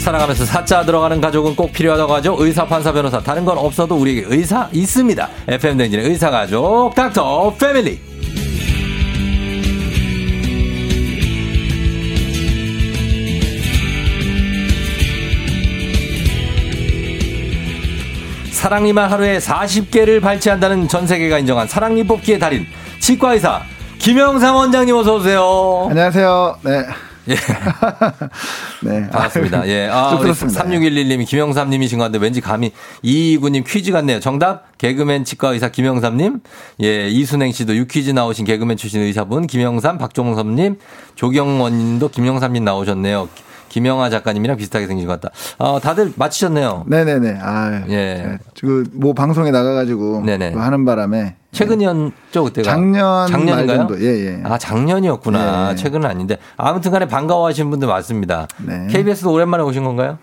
살아가면서 사자 들어가는 가족은 꼭 필요하다고 하죠. 의사, 판사, 변호사 다른 건 없어도 우리에게 의사 있습니다. FM 댕진의 의사 가족 닥터 패밀리. 사랑니만 하루에 40개를 발치한다는 전 세계가 인정한 사랑니 뽑기의 달인 치과의사 김영상 원장님 어서 오세요. 안녕하세요. 네. 예. 네. 반갑습니다. 아유, 예. 아, 좀 우리 그렇습니다. 3611님이 김영삼님이신 것 같은데 왠지 감히 이이구님 퀴즈 같네요. 정답 개그맨 치과의사 김영삼님, 예 이순행 씨도 유퀴즈 나오신 개그맨 출신 의사분 김영삼, 박종섭님, 조경원님도 김영삼님 나오셨네요. 김영하 작가님이랑 비슷하게 생긴 것 같다. 아, 다들 맞히셨네요. 네네네. 아, 예. 네. 그뭐 방송에 나가가지고 네네. 그거 하는 바람에 최근이었죠 그때가 네. 작년 작년인가요? 말 정도. 예, 예. 아 작년이었구나 예. 최근은 아닌데 아무튼간에 반가워하시는 분들 많습니다. 네. KBS도 오랜만에 오신 건가요?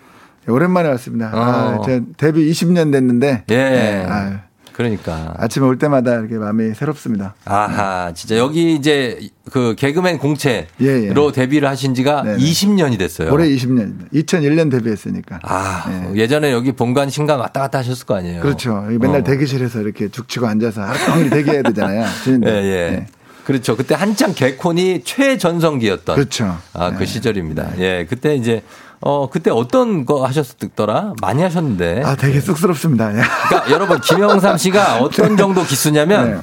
오랜만에 왔습니다. 아, 어. 제가 데뷔 20년 됐는데 예. 네. 아유, 그러니까 아침에 올 때마다 이렇게 마음이 새롭습니다. 아하 진짜 여기 이제 그 개그맨 공채로 예, 예. 데뷔를 하신 지가 네네. 20년이 됐어요. 올해 20년, 2001년 데뷔했으니까. 아 예. 예. 전에 여기 본관 신간 왔다 갔다 하셨을 거 아니에요. 그렇죠. 여기 맨날 어. 대기실에서 이렇게 죽치고 앉아서 하루 종일 대기해야 되잖아요. 예, 쉬는데. 예. 예. 그렇죠. 그때 한창 개콘이 최전성기였던. 그렇죠. 네. 아, 그 시절입니다. 예. 그때 이제, 어, 그때 어떤 거 하셨더라? 많이 하셨는데. 아, 되게 쑥스럽습니다. 예. 그러니까 여러분, 김영삼 씨가 어떤 정도 기수냐면, 네.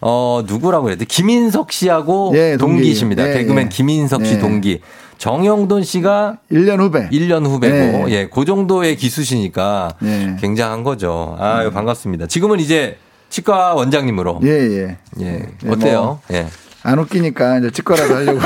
어, 누구라고 해야 돼? 김인석 씨하고 예, 동기. 동기십니다. 예, 개그맨 예. 김인석 씨 예. 동기. 정영돈 씨가 1년 후배. 1년 후배고, 네. 예, 그 정도의 기수시니까 네. 굉장한 거죠. 아유, 반갑습니다. 지금은 이제 치과 원장님으로. 예, 예. 예. 예, 어때요? 뭐 예. 안 웃기니까 이제 치과라도 하려고.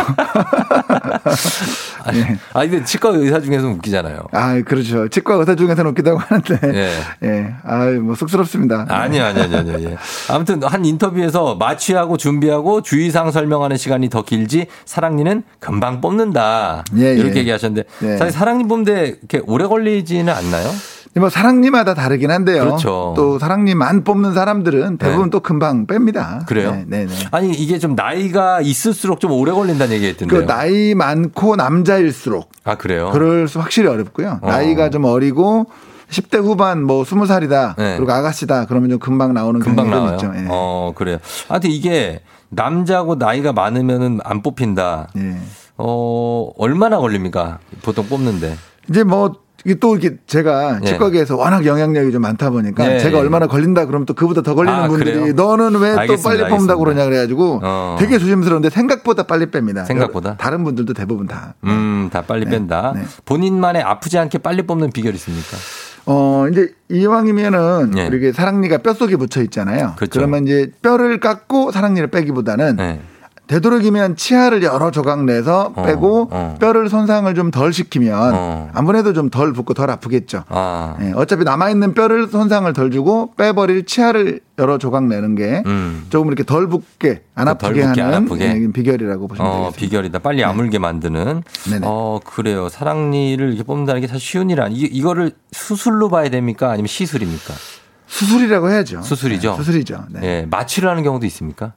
아니, 네. 아니, 근데 치과 의사 중에서 웃기잖아요. 아, 그렇죠. 치과 의사 중에서는 웃기다고 하는데. 예. 예. 아유, 뭐 쑥스럽습니다. 아니요, 아니요, 아니요, 아니요. 예. 아무튼 한 인터뷰에서 마취하고 준비하고 주의사항 설명하는 시간이 더 길지 사랑니는 금방 뽑는다. 예, 이렇게 예. 얘기하셨는데 예. 사실 사랑니 뽑는데 이렇게 오래 걸리지는 않나요? 뭐 사랑니마다 다르긴 한데요. 그렇죠. 또 사랑니만 뽑는 사람들은 대부분 네. 또 금방 뺍니다. 그래요? 네, 네. 네. 아니 이게 좀 나이가 있을수록 좀 오래 걸린다는 그 얘기했던데요. 나이 많고 남자일수록 아 그래요? 그럴 수 확실히 어렵고요. 어. 나이가 좀 어리고 10대 후반 뭐 20살이다. 네. 그리고 아가씨다. 그러면 좀 금방 나오는 금방 경향이 나와요. 좀 있죠. 예. 어 그래요. 하여튼 이게 남자고 나이가 많으면은 안 뽑힌다. 예. 어 얼마나 걸립니까? 보통 뽑는데. 이제 뭐 이게 또 이게 제가 예. 치과계에서 워낙 영향력이 좀 많다 보니까 예, 제가 예. 얼마나 걸린다 그러면 또 그보다 더 걸리는 아, 분들이 그래요? 너는 왜 또 알겠습니다, 빨리 뽑는다 고 알겠습니다. 그러냐 그래가지고 어. 되게 조심스러운데 생각보다 빨리 뺍니다. 생각보다? 다른 분들도 대부분 다. 음, 다 빨리 뺀다. 네. 본인만의 아프지 않게 빨리 뽑는 비결이 있습니까? 어 이제 이왕이면은 예. 이렇게 사랑니가 뼈 속에 붙어 있잖아요. 그렇죠. 러면 이제 뼈를 깎고 사랑니를 빼기보다는 네. 되도록이면 치아를 여러 조각 내서 어, 빼고 어. 뼈를 손상을 좀 덜 시키면 어. 아무래도 좀 덜 붓고 덜 아프겠죠. 아, 예, 어차피 남아있는 뼈를 손상을 덜 주고 빼버릴 치아를 여러 조각 내는 게 음. 조금 이렇게 덜 붓게 안 덜 아프게 붓게, 안 하는 아프게. 예, 비결이라고 보시면 어, 되겠습니다. 네. 비결이다. 빨리 아물게 만드는. 네네. 어, 그래요. 사랑니를 이렇게 뽑는다는 게 사실 쉬운 일 아니. 이- 이거를 수술로 봐야 됩니까? 아니면 시술입니까? 수술이라고 해야죠. 수술이죠? 네, 수술이죠. 네. 예, 마취를 하는 경우도 있습니까?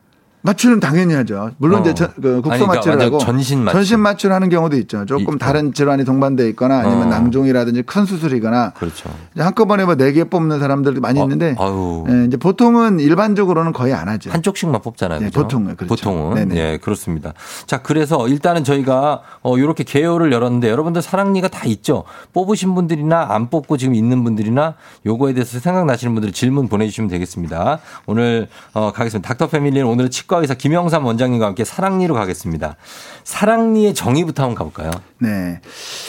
마취는 당연히 하죠. 물론 어. 이제 저- 그 국소 아니, 그러니까 마취를 완전 하고 전신 마취. 를 하는 경우도 있죠. 조금 있죠. 다른 질환이 동반돼 있거나 아니면 어. 낭종이라든지 큰 수술이거나 그렇죠. 이제 한꺼번에 뭐 네 개 뽑는 사람들도 많이 어, 있는데 아유. 예, 이제 보통은 일반적으로는 거의 안 하죠. 한쪽씩만 뽑잖아요. 네, 그죠? 보통은 그렇죠. 보통은. 네네. 예, 그렇습니다. 자, 그래서 일단은 저희가 어 요렇게 개요를 열었는데 여러분들 사랑니가 다 있죠. 뽑으신 분들이나 안 뽑고 지금 있는 분들이나 요거에 대해서 생각나시는 분들 질문 보내 주시면 되겠습니다. 오늘 어 가겠습니다. 닥터 패밀리는 오늘 치과 의사 김영삼 원장님과 함께 사랑니로 가겠습니다. 사랑니의 정의부터 한번 가 볼까요? 네.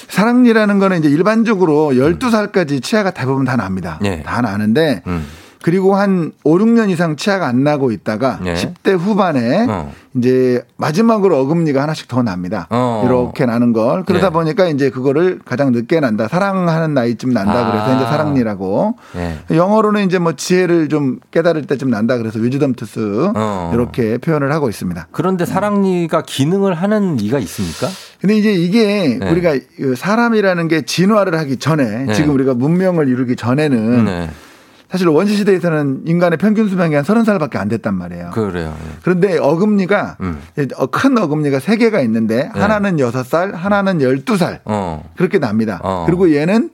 사랑니라는 거는 이제 일반적으로 12살까지 치아가 대부분 다 납니다. 음. 예. 다 나는데 음. 그리고 한 5, 6년 이상 치아가 안 나고 있다가 예. 10대 후반에 어. 이제 마지막으로 어금니가 하나씩 더 납니다. 어. 이렇게 나는 걸. 그러다 예. 보니까 이제 그거를 가장 늦게 난다. 사랑하는 나이쯤 난다. 아. 그래서 이제 사랑니라고. 예. 영어로는 이제 뭐 지혜를 좀 깨달을 때쯤 난다. 그래서 위즈덤 투스 어. 이렇게 표현을 하고 있습니다. 그런데 사랑니가 기능을 하는 이가 있습니까? 근데 이제 이게 네. 우리가 그 사람이라는 게 진화를 하기 전에 네. 음. 지금 우리가 문명을 이루기 전에는 사실 원시 시대에서는 인간의 평균 수명이 한 30살밖에 안 됐단 말이에요. 그래요. 음. 예. 그런데 어금니가 어, 큰 어금니가 세 개가 있는데 네. 하나는 여섯 살, 하나는 열두 살 어. 그렇게 납니다. 어. 그리고 얘는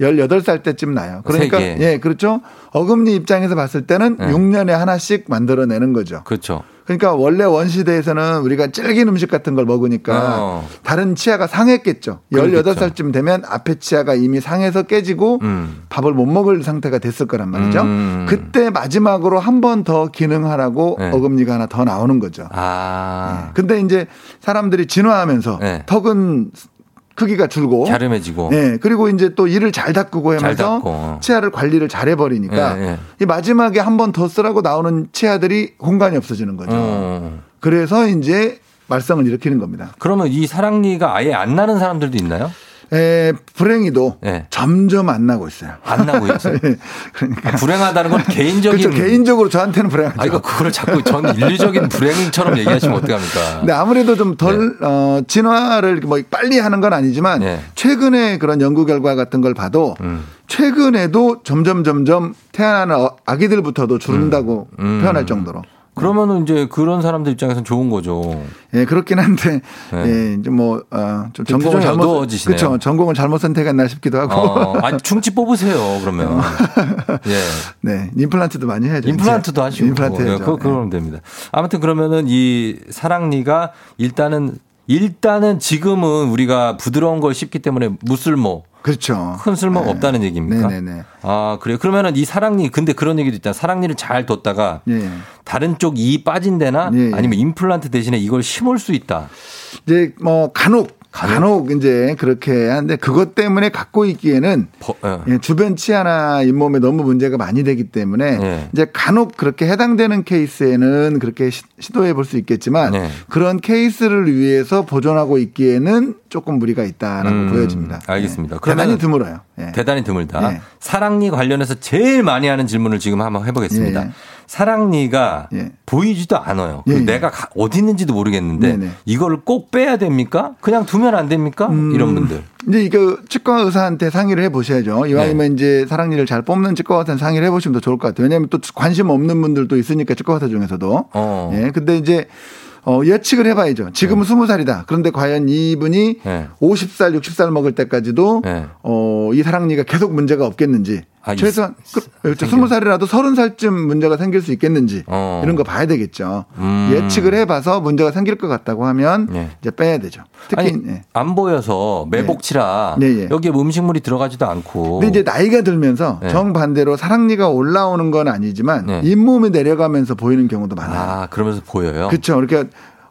18살 때쯤 나요. 그러니까 세 개. 예, 그렇죠. 어금니 입장에서 봤을 때는 예. 6년에 하나씩 만들어내는 거죠. 그렇죠. 그러니까 원래 원시대에서는 우리가 질긴 음식 같은 걸 먹으니까 어. 다른 치아가 상했겠죠. 그렇겠죠. 18살쯤 되면 앞에 치아가 이미 상해서 깨지고 음. 밥을 못 먹을 상태가 됐을 거란 말이죠. 음. 그때 마지막으로 한 번 더 기능하라고 네. 어금니가 하나 더 나오는 거죠. 아. 근데 이제 사람들이 진화하면서 네. 턱은 크기가 줄고 갸름해지고. 네, 그리고 이제 또 이를 잘 닦고 잘 하면서 닦고. 치아를 관리를 잘 해버리니까 예, 예. 이 마지막에 한 번 더 쓰라고 나오는 치아들이 공간이 없어지는 거죠. 어. 그래서 이제 말썽을 일으키는 겁니다. 그러면 이 사랑니가 아예 안 나는 사람들도 있나요? 에, 불행히도 예. 점점 안 나고 있어요. 안 나고 있어요. 예, 그러니까 아, 불행하다는 건 개인적인. 그렇죠. 개인적으로 저한테는 불행하죠. 아, 이거 그걸 자꾸 전 인류적인 불행처럼 얘기하시면 어떡합니까? 근데 아무래도 좀 덜 예. 어, 진화를 뭐 빨리 하는 건 아니지만 네. 최근에 그런 연구 결과 같은 걸 봐도 음. 최근에도 점점 점점 태어나는 어- 아기들부터도 줄는다고 음. 표현할 정도로 그러면은 이제 그런 사람들 입장에서는 좋은 거죠. 예 그렇긴 한데 네. 예 이제 뭐좀 전공을 그 표정이 잘못 어두워지시네요. 그쵸 전공을 잘못 선택했나 싶기도 하고 어, 아니, 충치 뽑으세요, 그러면. 예. 네 임플란트도 많이 해야죠 임플란트도 이제. 하시고. 임플란트 예, 해야죠. 그거, 예. 그러면 됩니다. 아무튼 그러면은 이 사랑니가 일단은, 일단은 지금은 우리가 부드러운 걸 씹기 때문에 무술모, 그렇죠 큰 쓸모가 없다는 얘기입니까? 네네네 아, 그래요. 그러면은 이 사랑니, 근데 그런 얘기도 있잖아. 사랑니를 잘 뒀다가 예. 다른 쪽 이 빠진 데나 예, 예. 아니면 임플란트 대신에 이걸 심을 수 있다. 이제 뭐 간혹 간혹 이제 그렇게 하는데 그것 때문에 갖고 있기에는 버- 예. 예, 주변 치아나 잇몸에 너무 문제가 많이 되기 때문에 예. 이제 간혹 그렇게 해당되는 케이스에는 그렇게 시, 도해 볼 수 있겠지만 네. 그런 케이스를 위해서 보존하고 있기에는 조금 무리가 있다라고 음, 보여집니다. 알겠습니다. 예. 그러면- 대단히 드물어요. 예. 대단히 드물다. 예. 사랑니 관련해서 제일 많이 하는 질문을 지금 한번 해보겠습니다. 예. 사랑니가 예. 보이지도 않아요. 예, 그리고 예. 내가 가- 어디 있는지도 모르겠는데 네네. 이걸 꼭 빼야 됩니까? 그냥 두면 안 됩니까? 음. 이런 분들. 이제 이거 치과 의사한테 상의를 해 보셔야죠. 이왕이면 네. 이제 사랑니를 잘 뽑는 치과 의사한테 상의를 해 보시면 더 좋을 것 같아요. 왜냐하면 또 관심 없는 분들도 있으니까 치과 의사 중에서도. 어. 예. 근데 이제 어, 예측을 해봐야죠. 지금은 스무 살이다. 그런데 과연 이분이 네. 50살, 60살 먹을 때까지도 네. 어, 이 사랑니가 계속 문제가 없겠는지. 아, 이- 최소한 그렇죠. 20살이라도 30살쯤 문제가 생길 수 있겠는지 어. 이런 거 봐야 되겠죠. 음. 예측을 해봐서 문제가 생길 것 같다고 하면 네. 이제 빼야 되죠. 특히 아니 예. 안 보여서 매복치라 예, 예. 여기에 뭐 음식물이 들어가지도 않고 근데 이제 나이가 들면서 네. 정반대로 사랑니가 올라오는 건 아니지만 네. 잇몸이 내려가면서 보이는 경우도 많아요. 아 그러면서 보여요. 그렇죠. 이렇게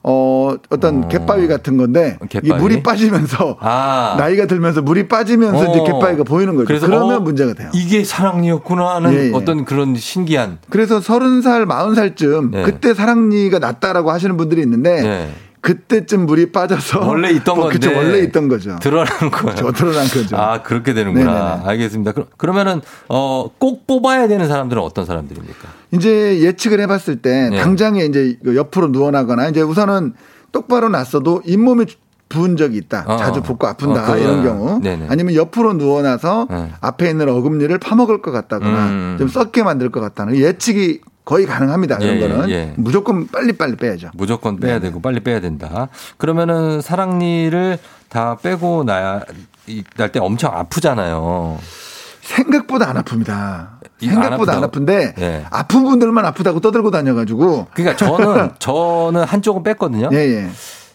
어 어떤 어. 갯바위 같은 건데 이게 갯바위? 물이 빠지면서 아 나이가 들면서 물이 빠지면서 어. 이제 갯바위가 보이는 거죠. 그래서 그러면 어, 문제가 돼요. 이게 사랑니였구나 하는 예, 예. 어떤 그런 신기한 그래서 서른 살, 마흔 살쯤 네. 그때 사랑니가 났다라고 하시는 분들이 있는데 네. 그때쯤 물이 빠져서 원래 있던 뭐, 그쵸, 건데 원래 있던 거죠. 드러난 거예요. 저 드러난 그렇죠. 거죠. 아 그렇게 되는구나. 네네네. 알겠습니다. 그럼 그러면은 어꼭 뽑아야 되는 사람들은 어떤 사람들입니까? 이제 예측을 해봤을 때 네. 당장에 이제 그 옆으로 누워나거나 이제 우선은 똑바로 났어도 잇몸이 부은 적이 있다. 어. 자주 붓고 어, 아픈다 그거요. 이런 경우 네네. 아니면 옆으로 누워나서 네. 앞에 있는 어금니를 파먹을 것 같다거나 음. 좀 썩게 만들 것 같다는 예측이 거의 가능합니다. 그런 예, 거는 예, 예. 무조건 빨리빨리 빼야죠. 무조건 빼야 네, 되고 빨리 빼야 된다. 그러면은 사랑니를 다 빼고 나야 날 때 엄청 아프잖아요. 생각보다 안 아픕니다. 이- 생각보다 안 안 아프다고? 아픈데 예. 아픈 분들만 아프다고 떠들고 다녀가지고 그러니까 저는 저는 한쪽은 뺐거든요. 예, 예.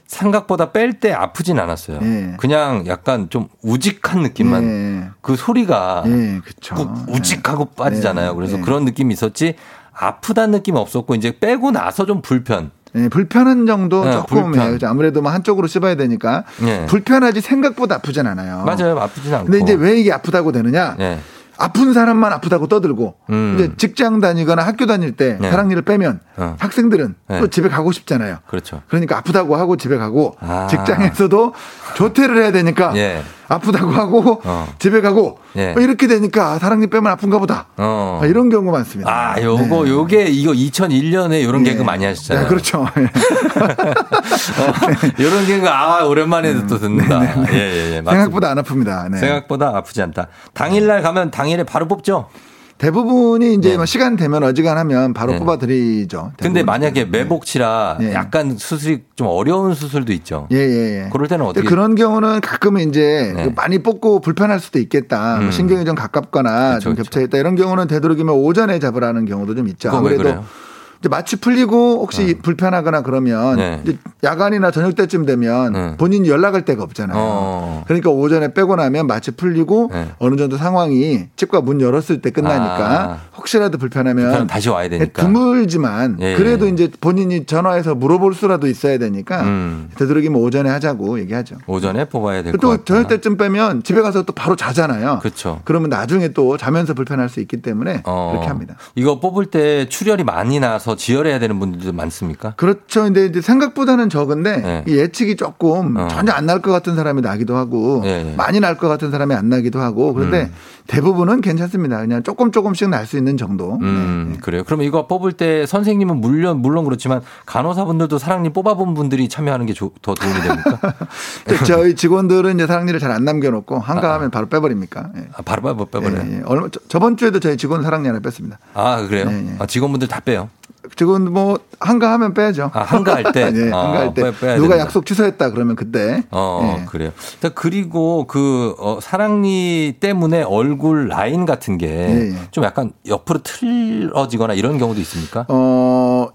생각보다 뺄 때 아프진 않았어요. 예. 그냥 약간 좀 우직한 느낌만 예. 그 소리가 예, 그쵸. 꾹 우직하고 빠지잖아요. 그래서 예. 그런 느낌이 있었지 아프다는 느낌 없었고 이제 빼고 나서 좀 불편. 네, 불편한 정도 네, 조금 불편. 해요. 그죠? 아무래도 뭐 한쪽으로 씹어야 되니까 네. 불편하지 생각보다 아프진 않아요. 맞아요. 아프진 않고. 근데 이제 왜 이게 아프다고 되느냐? 예. 아픈 사람만 아프다고 떠들고 음. 이제 직장 다니거나 학교 다닐 때 네. 사랑니를 빼면 어. 학생들은 네. 또 집에 가고 싶잖아요. 그렇죠. 그러니까 아프다고 하고 집에 가고 아. 직장에서도 조퇴를 해야 되니까 예. 아프다고 하고 어. 집에 가고 예. 뭐 이렇게 되니까 아, 사랑니 빼면 아픈가 보다. 어. 아, 이런 경우 많습니다. 아, 요거 요게 이거 2001년에 요런 예. 개그 많이 하셨잖아요. 네, 그렇죠. 어, 요런 개그 아, 오랜만에 음. 또 듣는다. 네, 예, 예, 예. 맞습니다. 생각보다 안 아픕니다. 네. 생각보다 아프지 않다. 당일날 가면 당일에 바로 뽑죠. 대부분이 이제 뭐 시간 되면 어지간하면 바로 뽑아드리죠. 네. 근데 대부분. 만약에 매복치라 네. 약간 수술이 좀 어려운 수술도 있죠. 예, 예, 예. 그럴 때는 근데 어떻게 그런 경우는 가끔 이제 그 네. 많이 뽑고 불편할 수도 있겠다. 뭐 음. 신경이 좀 가깝거나 그쵸, 좀 그쵸. 겹쳐 있다. 이런 경우는 되도록이면 오전에 잡으라는 경우도 좀 있죠. 그건 왜 아무래도 그래요? 이제 마취 풀리고 혹시 불편하거나 그러면 네. 이제 야간이나 저녁 때쯤 되면 네. 본인이 연락할 데가 없잖아요. 어. 그러니까 오전에 빼고 나면 마취 풀리고 네. 어느 정도 상황이 집과 문 열었을 때 끝나니까 아. 혹시라도 그럼 불편하면 다시 와야 되니까. 예, 네, 드물지만 예, 그래도 예. 이제 본인이 전화해서 물어볼 수라도 있어야 되니까 음. 되도록이면 뭐 오전에 하자고 얘기하죠. 오전에 뽑아야 될 것그 또 저녁 같다. 때쯤 빼면 집에 가서 또 바로 자잖아요. 그쵸. 러면 나중에 또 자면서 불편할 수 있기 때문에 어. 그렇게 합니다. 이거 뽑을 때 출혈이 많이 나서 지혈해야 되는 분들도 많습니까? 그렇죠. 근데 이제 생각보다는 적은데 네. 이 예측이 조금 어. 전혀 안 날 것 같은 사람이 나기도 하고 네, 네. 많이 날 것 같은 사람이 안 나기도 하고 그런데 음. 대부분은 괜찮습니다. 그냥 조금 조금씩 날 수 있는 정도. 음, 네, 네. 그래요. 그럼 이거 뽑을 때 선생님은 물론, 물론 그렇지만 간호사분들도 사랑니 뽑아본 분들이 참여하는 게 더 도움이 됩니까? 근데 저희 직원들은 이제 사랑니를 잘 안 남겨놓고 한가하면 바로 빼버립니까? 예. 아, 바로 바로 빼버려요. 예, 예. 얼마 저- 저번 주에도 저희 직원 사랑니 하나 뺐습니다. 아, 그래요? 예, 예. 아, 직원분들 다 빼요. 지금 뭐 한가하면 빼야죠. 아, 한가할 때? 예, 아, 한가할 때. 빼- 빼야 누가 된다. 약속 취소했다 그러면 그때. 어, 예. 그래요. 자, 그리고 그, 어, 사랑니 때문에 얼굴 라인 같은 게 예, 예. 좀 약간 옆으로 틀어지거나 이런 경우도 있습니까? 어,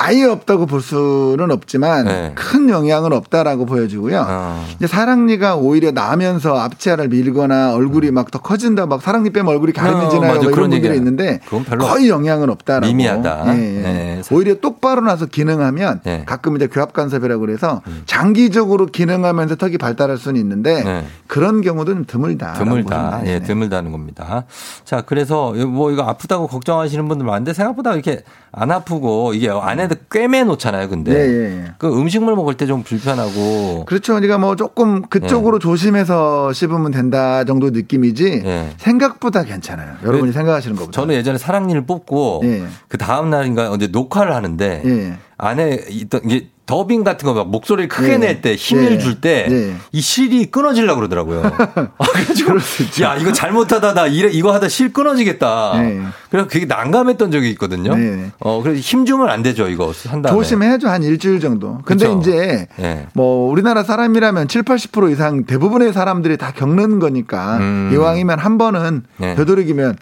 아예 없다고 볼 수는 없지만 네. 큰 영향은 없다라고 보여지고요. 어. 이제 사랑니가 오히려 나면서 앞치아를 밀거나 얼굴이 막 더 커진다, 막 사랑니 빼면 얼굴이 어, 맞아. 가려지나요? 뭐 그런 이런 분들이 얘기야. 있는데 그건 별로 거의 영향은 없다라고. 미미하다. 예, 예. 네. 오히려 똑바로 나서 기능하면 네. 음. 가끔 이제 교합 간섭이라고 그래서 장기적으로 기능하면서 턱이 발달할 수는 있는데 네. 그런 경우는 드물다. 드물다. 예, 드물다는 겁니다. 자, 그래서 뭐 이거 아프다고 걱정하시는 분들 많은데 생각보다 이렇게 안 아프고 이게 안에도 꿰매 놓잖아요. 근데 예, 예. 그 음식물 먹을 때 좀 불편하고 그렇죠. 그러니까 뭐 조금 네. 그쪽으로 조심해서 씹으면 된다 정도 느낌이지 예. 생각보다 괜찮아요. 여러분이 생각하시는 것보다. 그 저는 예전에 사랑니를 뽑고 예. 그 다음 날인가 언제 녹화를 하는데 예. 안에 있던 이게 더빙 같은 거 막 목소리를 크게 예. 낼 때 예. 힘을 줄 때 이 예. 실이 끊어지려고 그러더라고요. 아, 그래가지고 그럴 수 있죠. 야 이거 잘못하다 나 이래 이거 하다 실 끊어지겠다. 예. 그래서 그게 난감했던 적이 있거든요. 네. 어 그래서 힘 주면 안 되죠 이거 한 다음에. 조심해야죠. 한 일주일 정도. 근데 네. 그쵸. 이제 예. 뭐 우리나라 사람이라면 7, 80% 이상 대부분의 사람들이 다 겪는 거니까 음. 이왕이면 한 번은 예. 되도록이면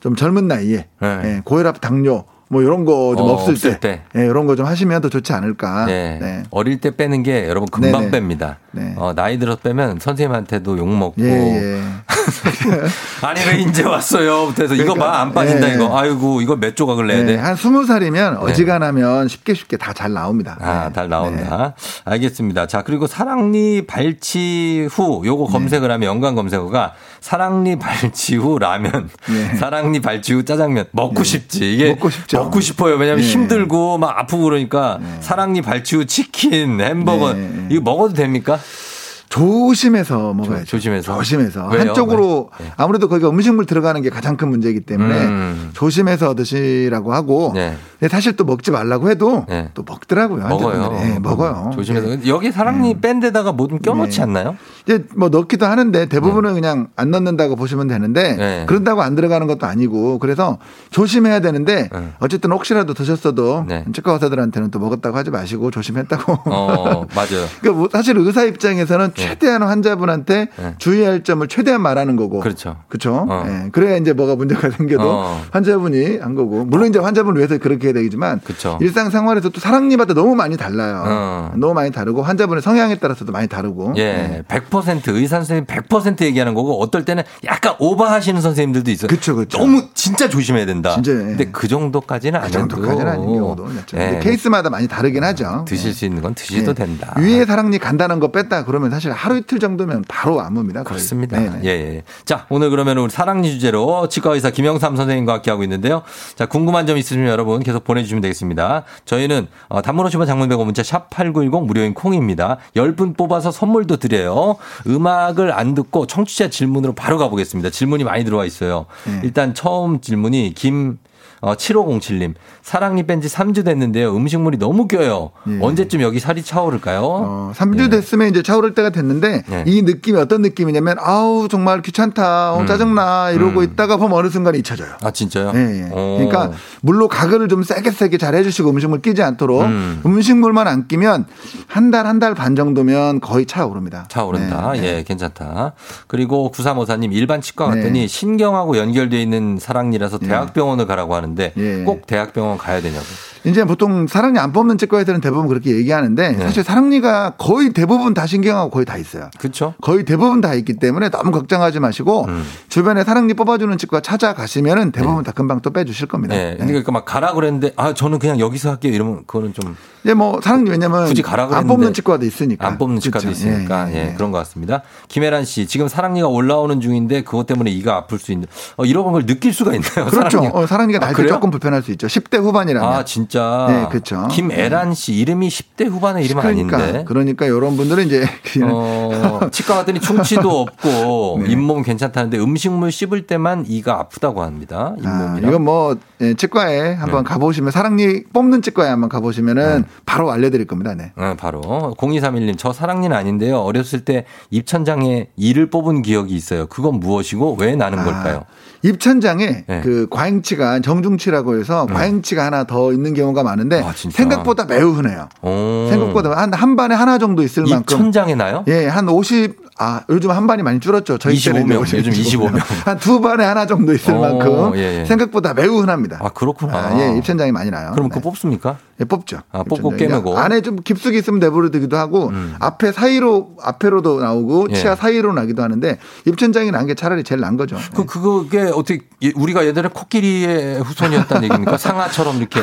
좀 젊은 나이에 예. 예, 고혈압, 당뇨 뭐 이런 거 좀 어, 없을, 없을 때, 때. 예, 이런 거 좀 하시면 더 좋지 않을까. 네. 네. 어릴 때 빼는 게 여러분 금방 네네. 뺍니다. 네. 어, 나이 들어서 빼면 선생님한테도 욕 먹고 예, 예. 아니 왜 이제 왔어요? 그래서 이거 그러니까, 봐 안 빠진다 예. 이거. 아이고 이거 몇 조각을 내야 네, 돼? 한 스무 살이면 어지간하면 쉽게 쉽게 다 잘 나옵니다. 네. 아, 네. 잘 나온다. 알겠습니다. 자, 그리고 사랑니 발치 후 요거 네. 검색을 하면 연관 검색어가 사랑니 발치 후 라면, 네. 사랑니 발치 후 짜장면 먹고 싶지. 이게 먹고 싶죠. 어요 왜냐면 네. 힘들고 막 아프고 그러니까 사랑니 발치 후 치킨, 햄버거 네, 네. 이거 먹어도 됩니까? 조심해서 먹어야죠. 조- 조심해서? 조심해서. 왜요? 네. 한쪽으로 아무래도 거기가 음식물 들어가는 게 가장 큰 문제이기 때문에 음. 조심해서 드시라고 하고 네. 근데 사실 또 먹지 말라고 해도 네. 또 먹더라고요. 먹어요. 한쪽은. 네, 먹어요. 조심해서. 네. 여기 사랑니 뺀 데다가 뭐 좀 껴놓지 않나요? 이제 뭐 넣기도 하는데 대부분은 그냥 안 넣는다고 보시면 되는데 음. 네. 그런다고 안 들어가는 것도 아니고 그래서 조심해야 되는데 네. 어쨌든 혹시라도 드셨어도 네. 치과 의사들한테는 또 먹었다고 하지 마시고 조심했다고 어, 맞아요. 그러니까 뭐 사실 의사 입장에서는 최대한 환자분한테 네. 주의할 점을 최대한 말하는 거고. 그렇죠. 그렇죠. 어. 예, 그래야 이제 뭐가 문제가 생겨도 어. 아. 환자분이 한 거고. 물론 이제 환자분을 위해서 그렇게 해야 되지만 그쵸. 일상 생활에서 또 사랑니마다 너무 많이 달라요. 어. 너무 많이 다르고 환자분의 성향에 따라서도 많이 다르고. 예, 100% 의사 선생님 100% 얘기하는 거고 어떨 때는 약간 오버하시는 선생님들도 있어요. 그쵸, 그쵸. 너무 진짜 조심해야 된다. 진짜, 예. 근데 그 정도까지는 그 아니고 정도까지는 아닌 경우도 있죠. 근데 케이스마다 많이 다르긴 하죠. 예. 아, 드실 수 있는 건 예. 드셔도 된다. 위에 사랑니 간단한 거 뺐다 그러면 사실 하루 이틀 정도면 바로 안무입니다. 거의. 그렇습니다. 네네. 예, 예. 자, 오늘 그러면 우리 사랑니 주제로 치과의사 김영삼 선생님과 함께하고 있는데요. 자, 궁금한 점 있으시면 여러분 계속 보내주시면 되겠습니다. 저희는 어, 단문호시바 장문백원 문자 샵8910 무료인 콩입니다. 10분 뽑아서 선물도 드려요. 음악을 안 듣고 네. 청취자 질문으로 바로 가보겠습니다. 질문이 많이 들어와 있어요. 일단 처음 질문이 김 어, 7507님. 사랑니 뺀 지 3주 됐는데요. 음식물이 너무 껴요. 예. 언제쯤 여기 살이 차오를까요? 어, 3주 됐으면 이제 차오를 때가 됐는데 예. 이 느낌이 어떤 느낌이냐면 아우 정말 귀찮다 어, 짜증나 이러고 있다가 보면 어느 순간 잊혀져요. 아, 진짜요? 예, 예. 어. 그러니까 물로 가글을 좀 세게 세게 잘 해주시고 음식물 끼지 않도록 음. 음. 식물만안 끼면 한 달 한 달 반 정도면 거의 차오릅니다. 차오른다. 네, 네. 예, 괜찮다. 그리고 9354님, 일반 치과 네. 갔더니 신경하고 연결돼 있는 사랑니라서 대학병원을 가라고 하는데 예. 꼭 대학병원 가야 되냐고. 네. 이제 보통 사랑니 안 뽑는 치과애들은 대부분 그렇게 얘기하는데 사실 사랑니가 거의 대부분 다 신경하고 거의 다 있어요. 그쵸? 거의 대부분 다 있기 때문에 너무 걱정하지 마시고 음. 주변에 사랑니 뽑아주는 치과 찾아가시면은 대부분 다 금방 또 빼주실 겁니다. 예. 네. 네. 그러니까 막 가라 그랬는데 아, 저는 그냥 여기서 할게요. 이러면 그거는 좀 이제 뭐 사랑니 왜냐면 굳이 가라 안 그랬는데 뽑는 치과도 있으니까 안 뽑는 치과도 그렇죠. 있으니까 예, 그런 것 같습니다. 김혜란 씨 지금 사랑니가 올라오는 중인데 그것 때문에 이가 아플 수 있는 어, 이런 걸 느낄 수가 있나요? 그렇죠. 사랑니가? 어, 사랑니가 아, 날 때 그래요? 조금 불편할 수 있죠. 10대 후반이라면. 아 진짜. 네, 그렇죠. 김애란 씨 이름이 10대 후반의 이름 은 그러니까 아닌데. 그러니까 이런 분들은 이제 그냥 어, 치과 갔더니 충치도 없고 네. 잇몸 괜찮다는데 음식물 씹을 때만 이가 아프다고 합니다. 아, 잇몸이랑. 네. 이건 뭐 예, 치과에 한번 가보시면 사랑니 뽑는 치과에 한번 가보시면은 바로 알려드릴 겁니다. 네. 네, 바로 0231님 저 사랑니는 아닌데요. 어렸을 때 입천장에 이를 뽑은 기억이 있어요. 그건 무엇이고 왜 나는 아, 걸까요? 입천장에 네. 그 과잉치가 정중치라고 해서 과잉치가 하나 더 있는 경우가 많은데 아, 진짜? 어. 생각보다 매우 흔해요. 오. 생각보다 한, 한 반에 하나 정도 있을 만큼 입천장에 나요? 예, 한 50, 아, 요즘 한 반이 많이 줄었죠. 저희 25 때는 명, 이제 요즘 25 명. 한두 반에 하나 정도 있을 어, 만큼 예, 예. 생각보다 매우 흔합니다. 아 그렇구나. 아, 예, 입천장이 많이 나요. 그럼 네. 그거 뽑습니까? 예, 뽑죠. 아, 뽑고 입천장이. 깨매고. 음. 안에 좀 깊숙이 있으면 내버려두기도 하고 앞에 사이로 앞에로도 나오고 예. 치아 사이로 나기도 하는데 입천장이 난 게 차라리 제일 난 거죠. 그 그게 어떻게 예, 우리가 예전에 코끼리의 후손이었다는 얘기입니까? 상아처럼 예, 이렇게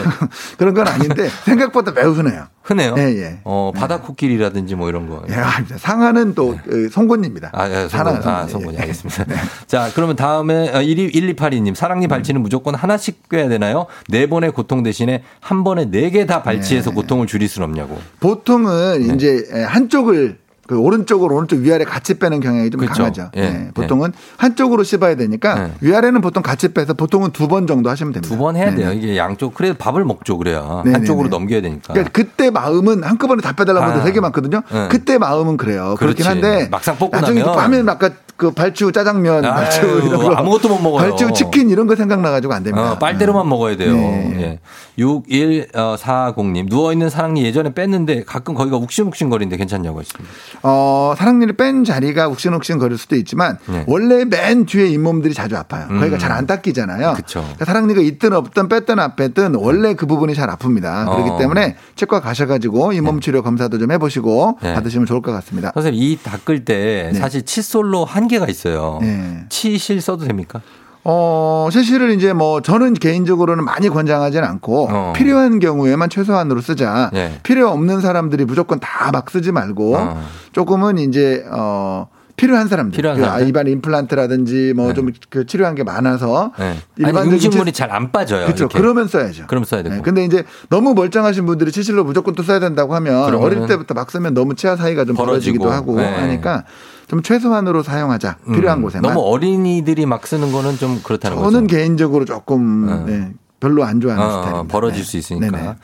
그런 건 아닌데 생각보다 매우 흔해요. 흔해요. 예, 예. 어 바다 코끼리라든지 뭐 이런 거. 예, 알겠습니다. 상하는 또 예, 송곳니입니다. 네. 아, 예, 사랑은 성곤, 아, 송곳니. 성곤이 예. 알겠습니다. 자, 그러면 다음에 1282님 음. 사랑니 발치는 무조건 하나씩 꿰야 되나요? 네 번의 고통 대신에 한 번에 네 개 다 발치해서 고통을 줄일 순 없냐고. 예. 네. 보통은 이제 예, 한쪽을 그 오른쪽으로 오른쪽 위아래 같이 빼는 경향이 좀 그렇죠. 강하죠. 예, 예, 보통은 한쪽으로 씹어야 되니까 예. 위아래는 보통 같이 빼서 보통은 두 번 정도 하시면 됩니다. 두 번 해야 네, 돼요. 네. 이게 양쪽 그래 밥을 먹죠. 그래야 네, 네, 한쪽으로 네. 넘겨야 되니까. 그러니까 그때 마음은 한꺼번에 다 빼달라고 해도 아. 되게 많거든요. 예. 그때 마음은 그래요. 그렇긴 그렇지. 한데 막상 뽑고 나중에 나면. 밤에 아까 그 발치우 짜장면, 아유, 발치우 이런 거 아무것도 못 먹어요. 발치우 치킨 이런 거 생각나가지고 안 됩니다. 어, 빨대로만 먹어야 돼요. 네. 예. 6140님 누워있는 사랑니 예전에 뺐는데 가끔 거기가 욱신욱신 거리는데 괜찮냐고 했습니다. 어, 사랑니를 뺀 자리가 욱신욱신 거릴 수도 있지만 네. 음. 원래 맨 뒤에 잇몸들이 자주 아파요. 거기가 잘 안 닦이잖아요. 그쵸. 그러니까 사랑니가 있든 없든 뺐든 안 뺐든 원래 그 부분이 잘 아픕니다. 어. 그렇기 때문에 치과 가셔가지고 잇몸 치료 검사도 좀 해보시고 네. 받으시면 좋을 것 같습니다. 선생님 이 닦을 때 아. 네. 사실 칫솔로 한계가 있어요. 네. 치실 써도 됩니까? 어, 세실을 이제 뭐 저는 개인적으로는 많이 권장하진 않고 어. 필요한 경우에만 최소한으로 쓰자. 예. 필요 없는 사람들이 무조건 다 막 쓰지 말고 어. 조금은 이제 어 필요한 사람들, 필요한 그 사람들? 입안 임플란트라든지 뭐 좀 그 치료한 게 많아서 네. 아니 일반적인 음식물이 잘 안 빠져요. 그렇죠. 이렇게. 그러면 써야죠. 예. 그럼 써야 되고. 근데 이제 너무 멀쩡하신 분들이 치실로 무조건 또 써야 된다고 하면 그러면은 어릴 때부터 막 쓰면 너무 치아 사이가 좀 벌어지고. 벌어지기도 하고 네. 하니까 좀 최소한으로 사용하자. 필요한 음, 곳에만. 너무 어린이들이 막 쓰는 거는 좀 그렇다는 거죠. 저는 개인적으로 조금 네, 별로 안 좋아하는 어, 스타일입니다. 벌어질 네. 수 있으니까. 네네.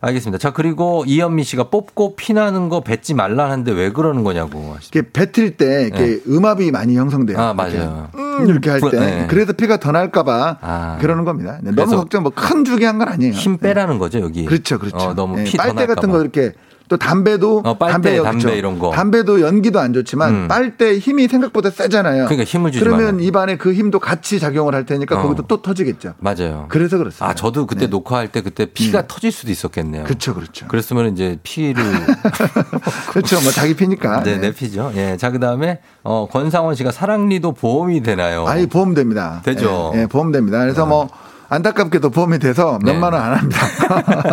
알겠습니다. 자 그리고 이현미 씨가 뽑고 피나는 거 뱉지 말라는데 왜 그러는 거냐고. 하시- 이게 뱉을 때 이렇게 음압이 많이 형성돼요. 네. 아 맞아요. 음, 이렇게 할 때. 네. 그래서 피가 더 날까봐 아. 그러는 겁니다. 네, 그래서 너무 걱정, 뭐 큰 중요한 건 아니에요. 힘 빼라는 거죠 여기. 네. 그렇죠, 그렇죠. 어, 너무 네, 피 빨대 더 날까 같은 봐. 거 이렇게 또 담배도 어, 빨대, 담배요, 담배 그렇죠. 이런 거. 음. 담배도 연기도 안 좋지만 빨대 힘이 생각보다 세잖아요. 그러니까 힘을 주지 그러면 말라고. 입안에 그 힘도 같이 작용을 할 테니까 어. 거기도 또 터지겠죠. 맞아요. 그래서 그렇습니다. 네. 아 저도 그때 녹화할 때 그때 피가 터질 수도 있었겠네요. 그렇죠, 그렇죠. 그랬으면 이제 피를 그렇죠. 뭐 자기 피니까. 네, 내 피죠. 예. 자, 그다음에 어 권상원 씨가 사랑니도 보험이 되나요? 아니 보험 됩니다. 어. 되죠. 예, 예, 보험 됩니다. 그래서 뭐 안타깝게도 보험이 돼서 네. 몇만 원 안 합니다.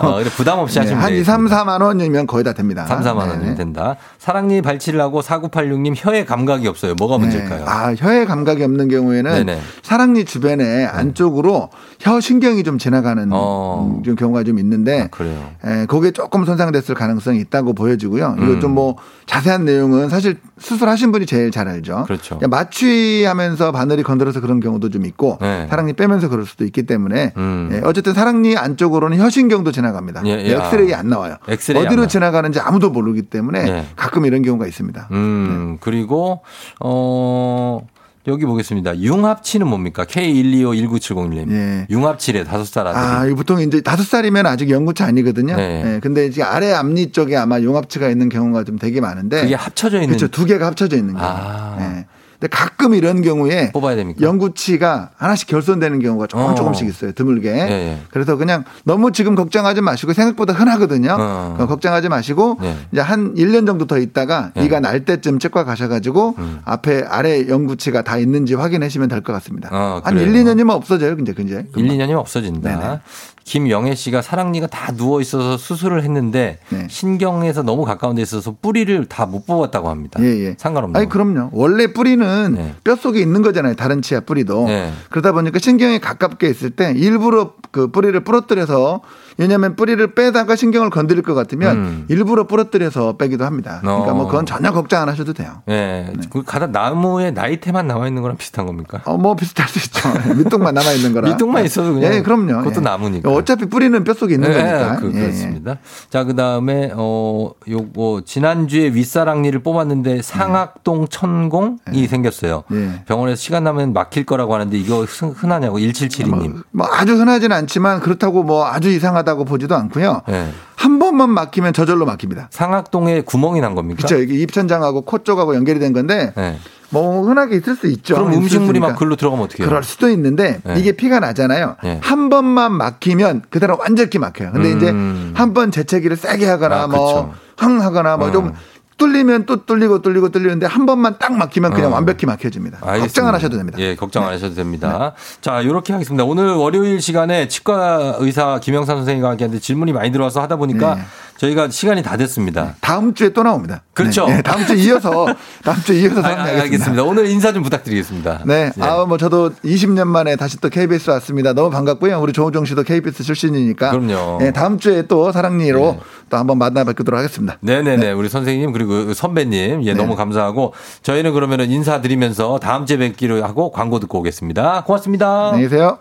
어, 근데 부담 없이 예, 하시면 한 2, 3, 4만 원이면 거의 다 됩니다. 3, 4만 네. 원이면 네네. 된다. 사랑니 발치를 하고 4986님 혀에 감각이 없어요. 뭐가 문제일까요? 네. 아, 혀에 감각이 없는 경우에는 네네. 음. 사랑니 주변에 안쪽으로 혀 신경이 좀 지나가는 어. 음, 좀 경우가 좀 있는데 아, 그래요. 예, 거기에 조금 손상됐을 가능성이 있다고 보여지고요. 음. 이거 좀 뭐 자세한 내용은 사실 수술하신 분이 제일 잘 알죠. 그렇죠. 마취하면서 바늘이 건드려서 그런 경우도 좀 있고 네. 사랑니 빼면서 짧아서 그럴 수도 있기 때문에 음. 예, 어쨌든 사랑니 안쪽으로는 혀신경도 지나갑니다. 예, 예. 엑스레이 안 나와요. 엑스레이 안 어디로 나와. 지나가는지 아무도 모르기 때문에 예. 가끔 이런 경우가 있습니다. 음, 네. 그리고, 어, 여기 보겠습니다. 융합치는 뭡니까? K12519701님. 예. 융합치래, 다섯 살 아, 아들이. 이 보통 이제 다섯 살이면 아직 연구치 아니거든요. 네. 예, 근데 이제 아래 앞니 쪽에 아마 용합치가 있는 경우가 좀 되게 많은데 그게 합쳐져 있는. 네. 그렇죠. 두 개가 합쳐져 있는 경우. 아. 예. 근데 가끔 이런 경우에 뽑아야 됩니까? 연구치가 하나씩 결손되는 경우가 조금 어. 조금씩 있어요. 드물게. 예. 그래서 그냥 너무 지금 걱정하지 마시고 생각보다 흔하거든요. 어. 어, 걱정하지 마시고 예. 이제 한 1년 정도 더 있다가 예. 이가 날 때쯤 치과 가셔 가지고 음. 앞에 아래 연구치가 다 있는지 확인하시면 될 것 같습니다. 어, 한 그래요. 1, 2년이면 없어져요. 근데 근데. 1, 2년이면 없어진다. 네네. 김영애 씨가 사랑니가 다 누워 있어서 수술을 했는데 네. 신경에서 너무 가까운 데 있어서 뿌리를 다 못 뽑았다고 합니다. 예, 예. 상관없는. 아니 거. 그럼요. 원래 뿌리는 네. 뼛 속에 있는 거잖아요. 다른 치아 뿌리도. 네. 그러다 보니까 신경이 가깝게 있을 때 일부러 그 뿌리를 부러뜨려서 왜냐하면 뿌리를 빼다가 신경을 건드릴 것 같으면 음. 어. 일부러 부러뜨려서 빼기도 합니다. 그러니까 뭐 그건 전혀 걱정 안 하셔도 돼요. 예. 네. 그 가다 나무에 나이테만 나와 있는 거랑 비슷한 겁니까? 어, 뭐 비슷할 수 있죠. 밑둥만 남아 있는 거라. 밑둥만 있어도 그냥 예, 그럼요. 그것도 예. 나무니까. 어차피 뿌리는 뼛 속에 있는 거니까. 그, 예, 예. 그렇습니다. 자, 그 다음에, 어, 요거, 지난주에 윗사랑니를 뽑았는데 네. 상악동 천공이 생겼어요. 예. 병원에서 시간 나면 막힐 거라고 하는데 이거 흔- 흔하냐고, 1772님. 뭐 아주 흔하진 않지만 그렇다고 뭐 아주 이상하다고 보지도 않고요. 예. 한 번만 막히면 저절로 막힙니다. 상악동에 구멍이 난 겁니까? 그렇죠. 이게 입천장하고 코 쪽하고 연결이 된 건데 예. 뭐 흔하게 있을 수 있죠. 그럼 아, 있을 수 음식물이 있으니까. 막 글로 들어가면 어떻게 해요? 그럴 수도 있는데 네. 이게 피가 나잖아요. 네. 한 번만 막히면 그대로 완전히 막혀요. 근데 음. 이제 한 번 재채기를 세게 하거나 아, 그렇죠. 뭐황 하거나 뭐 좀 음. 뚫리면 또 뚫리고 뚫리고 뚫리는데 한 번만 딱 막히면 그냥 음. 완벽히 막혀집니다. 알겠습니다. 걱정 안 하셔도 됩니다. 네. 예, 걱정 안 하셔도 됩니다. 자, 이렇게 하겠습니다. 오늘 월요일 시간에 치과 의사 김영삼 선생님과 함께하는데 질문이 많이 들어와서 하다 보니까 네. 저희가 시간이 다 됐습니다. 다음 주에 또 나옵니다. 그렇죠. 네. 네, 다음 주에 이어서 다음 주에 이어서 아, 아, 상담하겠습니다. 알겠습니다. 오늘 인사 좀 부탁드리겠습니다. 네. 예. 아, 뭐 저도 20년 만에 다시 또 KBS 왔습니다. 너무 반갑고요. 우리 조우정 씨도 KBS 출신이니까. 그럼요. 네. 네, 다음 주에 또 사랑니로 또 한번 만나 뵙도록 하겠습니다. 네네네. 우리 선생님 그리고 선배님 네. 예 너무 감사하고 저희는 그러면은 인사드리면서 다음 주에 뵙기로 하고 광고 듣고 오겠습니다. 고맙습니다. 네. 안녕히 계세요.